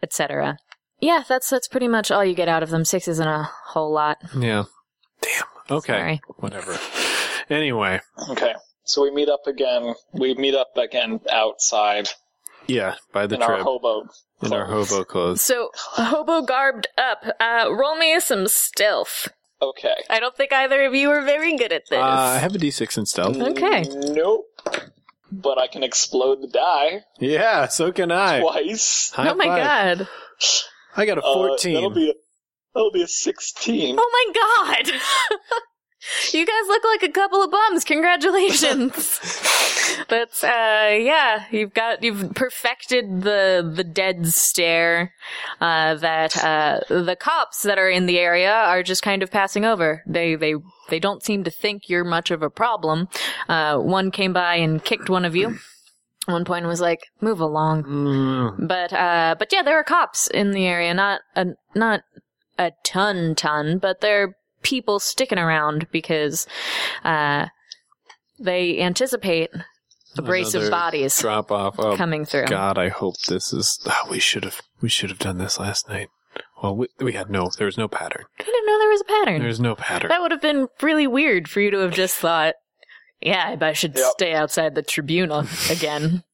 [SPEAKER 2] etc. Yeah, that's, that's pretty much all you get out of them. Six isn't a whole lot.
[SPEAKER 4] Yeah. Damn. Okay.
[SPEAKER 2] Sorry.
[SPEAKER 4] Whatever. Anyway,
[SPEAKER 3] Okay. So we meet up again. We meet up again outside
[SPEAKER 4] yeah, by the
[SPEAKER 3] in our
[SPEAKER 4] trip
[SPEAKER 3] hobo.
[SPEAKER 4] in our
[SPEAKER 3] clothes.
[SPEAKER 4] hobo clothes.
[SPEAKER 2] So, hobo garbed up. Uh, roll me some stealth.
[SPEAKER 3] Okay.
[SPEAKER 2] I don't think either of you are very good at
[SPEAKER 4] Uh,
[SPEAKER 2] this.
[SPEAKER 4] I have a d6 in stealth.
[SPEAKER 2] Okay.
[SPEAKER 3] Nope. But I can explode the die
[SPEAKER 4] Yeah, so can I.
[SPEAKER 3] twice.
[SPEAKER 4] High
[SPEAKER 2] oh my
[SPEAKER 4] five.
[SPEAKER 2] god.
[SPEAKER 4] I got a
[SPEAKER 3] Uh,
[SPEAKER 4] 14.
[SPEAKER 3] that'll be a, that'll be a sixteen.
[SPEAKER 2] Oh my god. You guys look like a couple of bums. Congratulations. but uh yeah, you've got you've perfected the the dead stare uh that uh the cops that are in the area are just kind of passing over. They they they don't seem to think you're much of a problem. Uh one came by and kicked one of you. At one point and was like, "Move along."
[SPEAKER 4] Mm.
[SPEAKER 2] But uh but yeah, there are cops in the area, not a not a ton ton, but there are people sticking around because uh they anticipate abrasive
[SPEAKER 4] Another
[SPEAKER 2] bodies
[SPEAKER 4] Drop off. Oh,
[SPEAKER 2] coming through.
[SPEAKER 4] God, I hope this is. ah, we should have. We should have done this last night. Well, we, we had no. There was no pattern.
[SPEAKER 2] I didn't know there was a pattern.
[SPEAKER 4] There's no pattern.
[SPEAKER 2] that would have been really weird for you to have just thought, yeah, I should
[SPEAKER 3] Yep.
[SPEAKER 2] stay outside the tribunal again.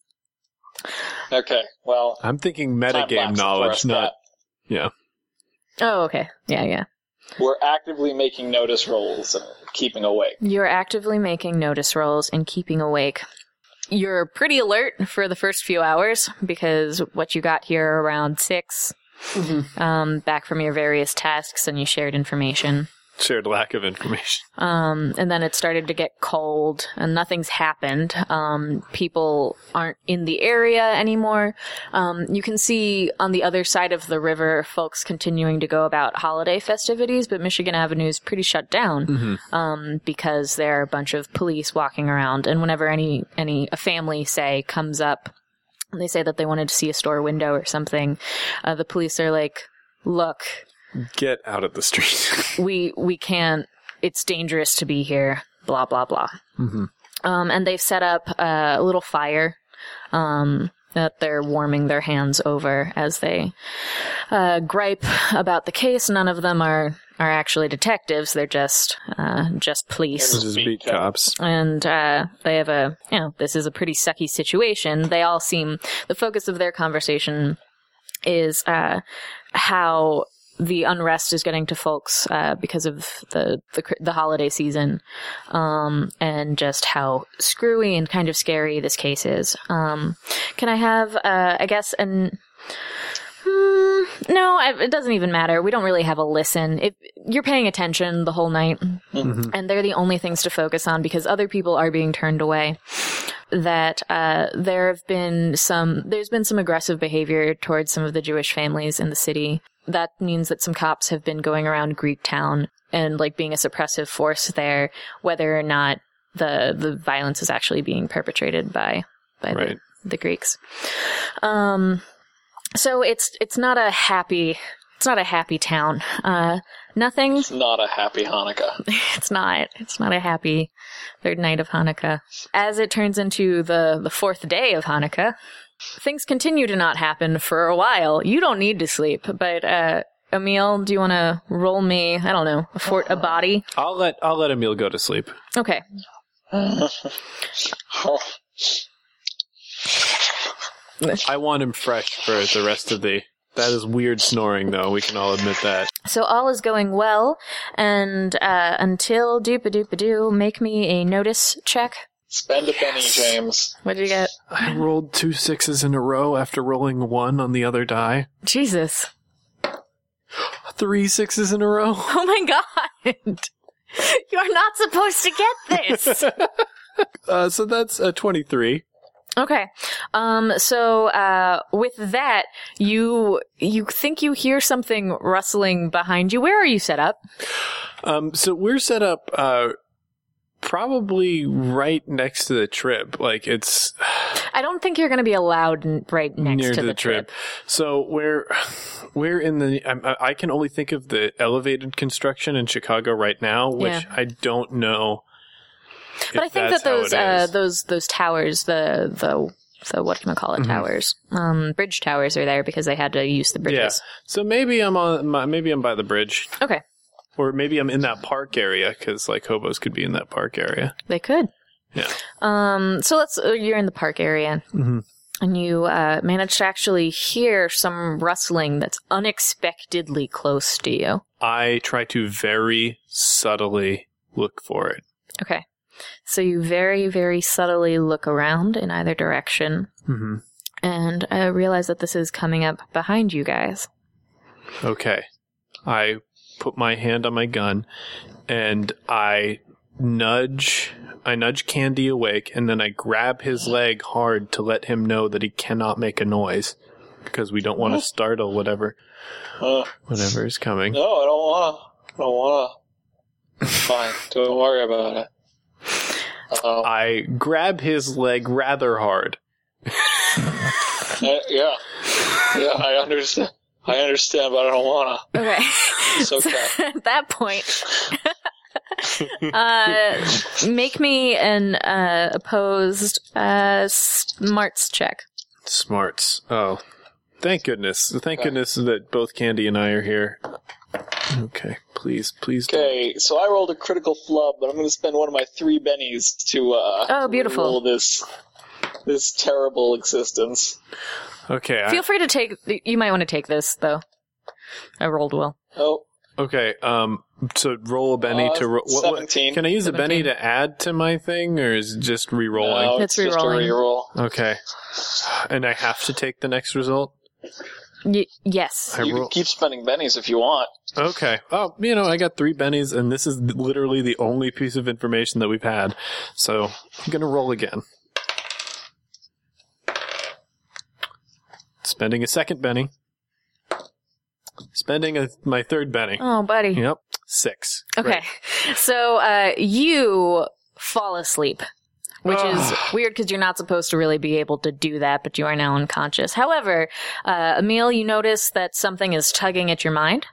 [SPEAKER 3] Okay, well,
[SPEAKER 4] I'm thinking
[SPEAKER 3] time
[SPEAKER 4] metagame
[SPEAKER 3] lapse
[SPEAKER 4] knowledge,
[SPEAKER 3] addressed
[SPEAKER 4] not
[SPEAKER 2] oh, okay. Yeah, yeah.
[SPEAKER 3] that. We're actively making notice rolls and keeping awake.
[SPEAKER 2] You're actively making notice rolls and keeping awake. You're pretty alert for the first few hours because what you got here around 6 um, back from your various tasks and you shared information.
[SPEAKER 4] shared lack of information.
[SPEAKER 2] Um, and then it started to get cold and nothing's happened. Um, people aren't in the area anymore. Um, you can see on the other side of the river folks continuing to go about holiday festivities, but Michigan Avenue is pretty shut down um, because there are a bunch of police walking around. And whenever any any a family say comes up, they say that they wanted to see a store window or something, uh, the police are like, "Look,
[SPEAKER 4] Get out of the street.
[SPEAKER 2] we we can't. It's dangerous to be here." Blah blah blah. Um, and they've set up uh, a little fire um, that they're warming their hands over as they uh, gripe about the case. None of them are are actually detectives. They're just uh, just police
[SPEAKER 4] Just beat
[SPEAKER 3] Beat
[SPEAKER 4] cops.
[SPEAKER 2] and uh, they have a you know this is a pretty sucky situation they all seem the focus of their conversation is uh, how the unrest is getting to folks uh, because of the, the cr- the holiday season um, and just how screwy and kind of scary this case is um, can i have uh, i guess an Hmm, no, I, it doesn't even matter. We don't really have a listen. If you're paying attention the whole night, and they're the only things to focus on because other people are being turned away. That uh, there have been some, there's been some aggressive behavior towards some of the Jewish families in the city. That means that some cops have been going around Greek town and like being a suppressive force there, whether or not the the violence is actually being perpetrated by by
[SPEAKER 4] Right.
[SPEAKER 2] the, the Greeks. Um, so it's it's not a happy it's not a happy town. Uh, nothing
[SPEAKER 3] It's not a happy Hanukkah.
[SPEAKER 2] it's not. It's not a happy third night of Hanukkah. As it turns into the, the fourth day of Hanukkah, things continue to not happen for a while. You don't need to sleep, but, uh, Emil, do you want to roll me, I don't know, a, fort, a body?
[SPEAKER 4] I'll let I'll let Emil go to sleep.
[SPEAKER 2] Okay.
[SPEAKER 4] I want him fresh for the rest of the. That is weird snoring, though. We can all admit that.
[SPEAKER 2] So all is going well, and, uh, until doopa doopa doo, make me a notice check.
[SPEAKER 3] Spend a penny, James.
[SPEAKER 2] What did you get?
[SPEAKER 4] I rolled two sixes in a row after rolling one on the other die.
[SPEAKER 2] Jesus.
[SPEAKER 4] Three sixes in a row.
[SPEAKER 2] Oh my god! You're not supposed to get this!
[SPEAKER 4] Uh, so that's a twenty-three.
[SPEAKER 2] Okay. Um, so, uh, with that, you, you think you hear something rustling behind you. Where are you set up?
[SPEAKER 4] Um, so we're set up uh, probably right next to the trip. Like it's
[SPEAKER 2] I don't think you're gonna be allowed n- right next
[SPEAKER 4] near
[SPEAKER 2] to the, trip.
[SPEAKER 4] So we're we're in the. I'm- I, I can only think of the elevated construction in Chicago right now, which
[SPEAKER 2] Yeah.
[SPEAKER 4] I don't know.
[SPEAKER 2] But I think that those, uh, those, those towers, the, the, the, what can I call it?
[SPEAKER 4] Mm-hmm.
[SPEAKER 2] Towers. Um, bridge towers are there because they had to use the bridges.
[SPEAKER 4] so maybe I'm on. My, maybe I'm by the bridge,
[SPEAKER 2] Okay.
[SPEAKER 4] or maybe I'm in that park area because like hobos could be in that park area.
[SPEAKER 2] They could.
[SPEAKER 4] Yeah.
[SPEAKER 2] Um, so let's, uh, you're in the park area.
[SPEAKER 4] Mhm.
[SPEAKER 2] And you uh, manage to actually hear some rustling that's unexpectedly close to you.
[SPEAKER 4] I try to very subtly look for it.
[SPEAKER 2] Okay. So you very, very subtly look around in either direction
[SPEAKER 4] Mm-hmm.
[SPEAKER 2] and uh, realize that this is coming up behind you guys.
[SPEAKER 4] Okay. I put my hand on my gun and I nudge I nudge Candy awake and then I grab his leg hard to let him know that he cannot make a noise because we don't want to startle whatever
[SPEAKER 3] Uh,
[SPEAKER 4] whatever is coming.
[SPEAKER 3] no, I don't wanna. I don't wanna. It's Fine. Don't worry about it. Uh,
[SPEAKER 4] I grab his leg rather hard.
[SPEAKER 3] I- yeah. Yeah, I understand. I understand, but I don't wanna.
[SPEAKER 2] Okay.
[SPEAKER 3] It's
[SPEAKER 2] So
[SPEAKER 3] okay.
[SPEAKER 2] at that point, uh, make me an uh, opposed uh, smarts check.
[SPEAKER 4] Smarts. Oh. Thank goodness. Thank goodness that both Candy and I are here. Okay. Please, please don't.
[SPEAKER 3] Okay, so I rolled a critical flub, but I'm going to spend one of my three bennies to uh,
[SPEAKER 2] Oh, beautiful.
[SPEAKER 3] roll this this terrible existence.
[SPEAKER 4] Okay. I,
[SPEAKER 2] Feel free to take. You might want to take this though. I rolled well.
[SPEAKER 3] Oh,
[SPEAKER 4] Okay. Um. So roll a Benny
[SPEAKER 3] Uh,
[SPEAKER 4] to roll. What, what-
[SPEAKER 3] 17.
[SPEAKER 4] can I use a Benny
[SPEAKER 2] 17.
[SPEAKER 4] to add to my thing, or is it just
[SPEAKER 3] no,
[SPEAKER 4] re-rolling?
[SPEAKER 3] it's
[SPEAKER 2] It's
[SPEAKER 3] just a
[SPEAKER 2] rerolling.
[SPEAKER 3] reroll.
[SPEAKER 4] Okay. And I have to take the next result.
[SPEAKER 2] Y- yes.
[SPEAKER 4] I
[SPEAKER 3] You
[SPEAKER 4] roll.
[SPEAKER 3] can keep spending bennies if you want.
[SPEAKER 4] Okay. Oh, you know, I got three bennies, and this is literally the only piece of information that we've had. So I'm gonna roll again. Spending a second Benny. Spending a, my third Benny.
[SPEAKER 2] Oh, buddy.
[SPEAKER 4] Yep. Six.
[SPEAKER 2] Okay. So uh, you fall asleep, which is
[SPEAKER 4] Ah.
[SPEAKER 2] weird because you're not supposed to really be able to do that, but you are now unconscious. However, uh, Emil, you notice that something is tugging at your mind.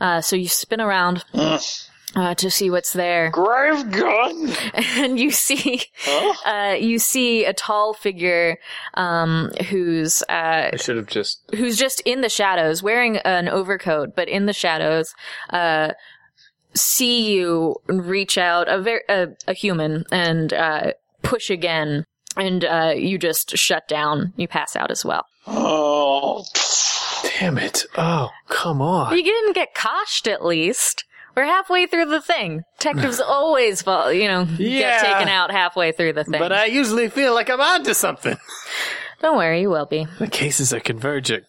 [SPEAKER 2] Uh, so you spin around uh, to see what's there.
[SPEAKER 3] Grave gun.
[SPEAKER 2] And you see,
[SPEAKER 3] Huh?
[SPEAKER 2] uh, you see a tall figure, um, who's, uh,
[SPEAKER 4] I should have just
[SPEAKER 2] who's just in the shadows, wearing an overcoat, but in the shadows, uh, see you reach out a ver- a, a human and uh, push again, and uh, you just shut down. You pass out as well.
[SPEAKER 3] Oh,
[SPEAKER 4] Damn it. Oh, come on.
[SPEAKER 2] You didn't get coshed, at least. We're halfway through the thing. Detectives always fall, you know,
[SPEAKER 4] Yeah.
[SPEAKER 2] get taken out halfway through the thing.
[SPEAKER 4] But I usually feel like I'm onto something.
[SPEAKER 2] Don't worry, you will be.
[SPEAKER 4] The cases are converging.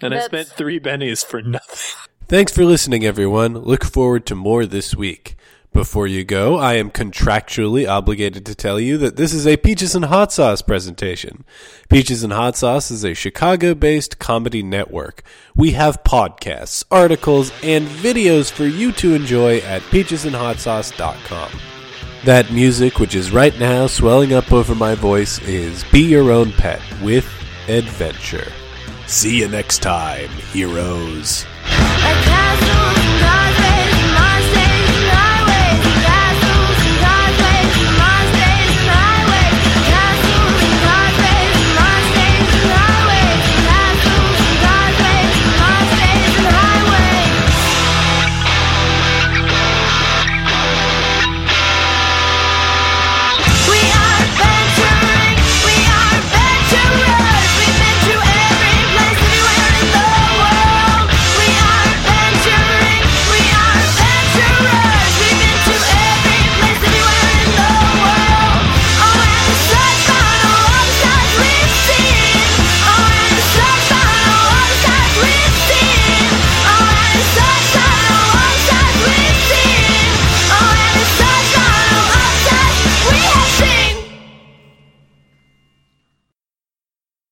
[SPEAKER 4] And I
[SPEAKER 2] That's-
[SPEAKER 4] spent three bennies for nothing.
[SPEAKER 1] Thanks for listening, everyone. Look forward to more this week. Before you go, I am contractually obligated to tell you that this is a Peaches and Hot Sauce presentation. Peaches and Hot Sauce is a Chicago based comedy network. We have podcasts, articles, and videos for you to enjoy at peachesandhotsauce.com. That music, which is right now swelling up over my voice, is Be Your Own Pet with Adventure. See you next time, heroes.
[SPEAKER 5] Like castles and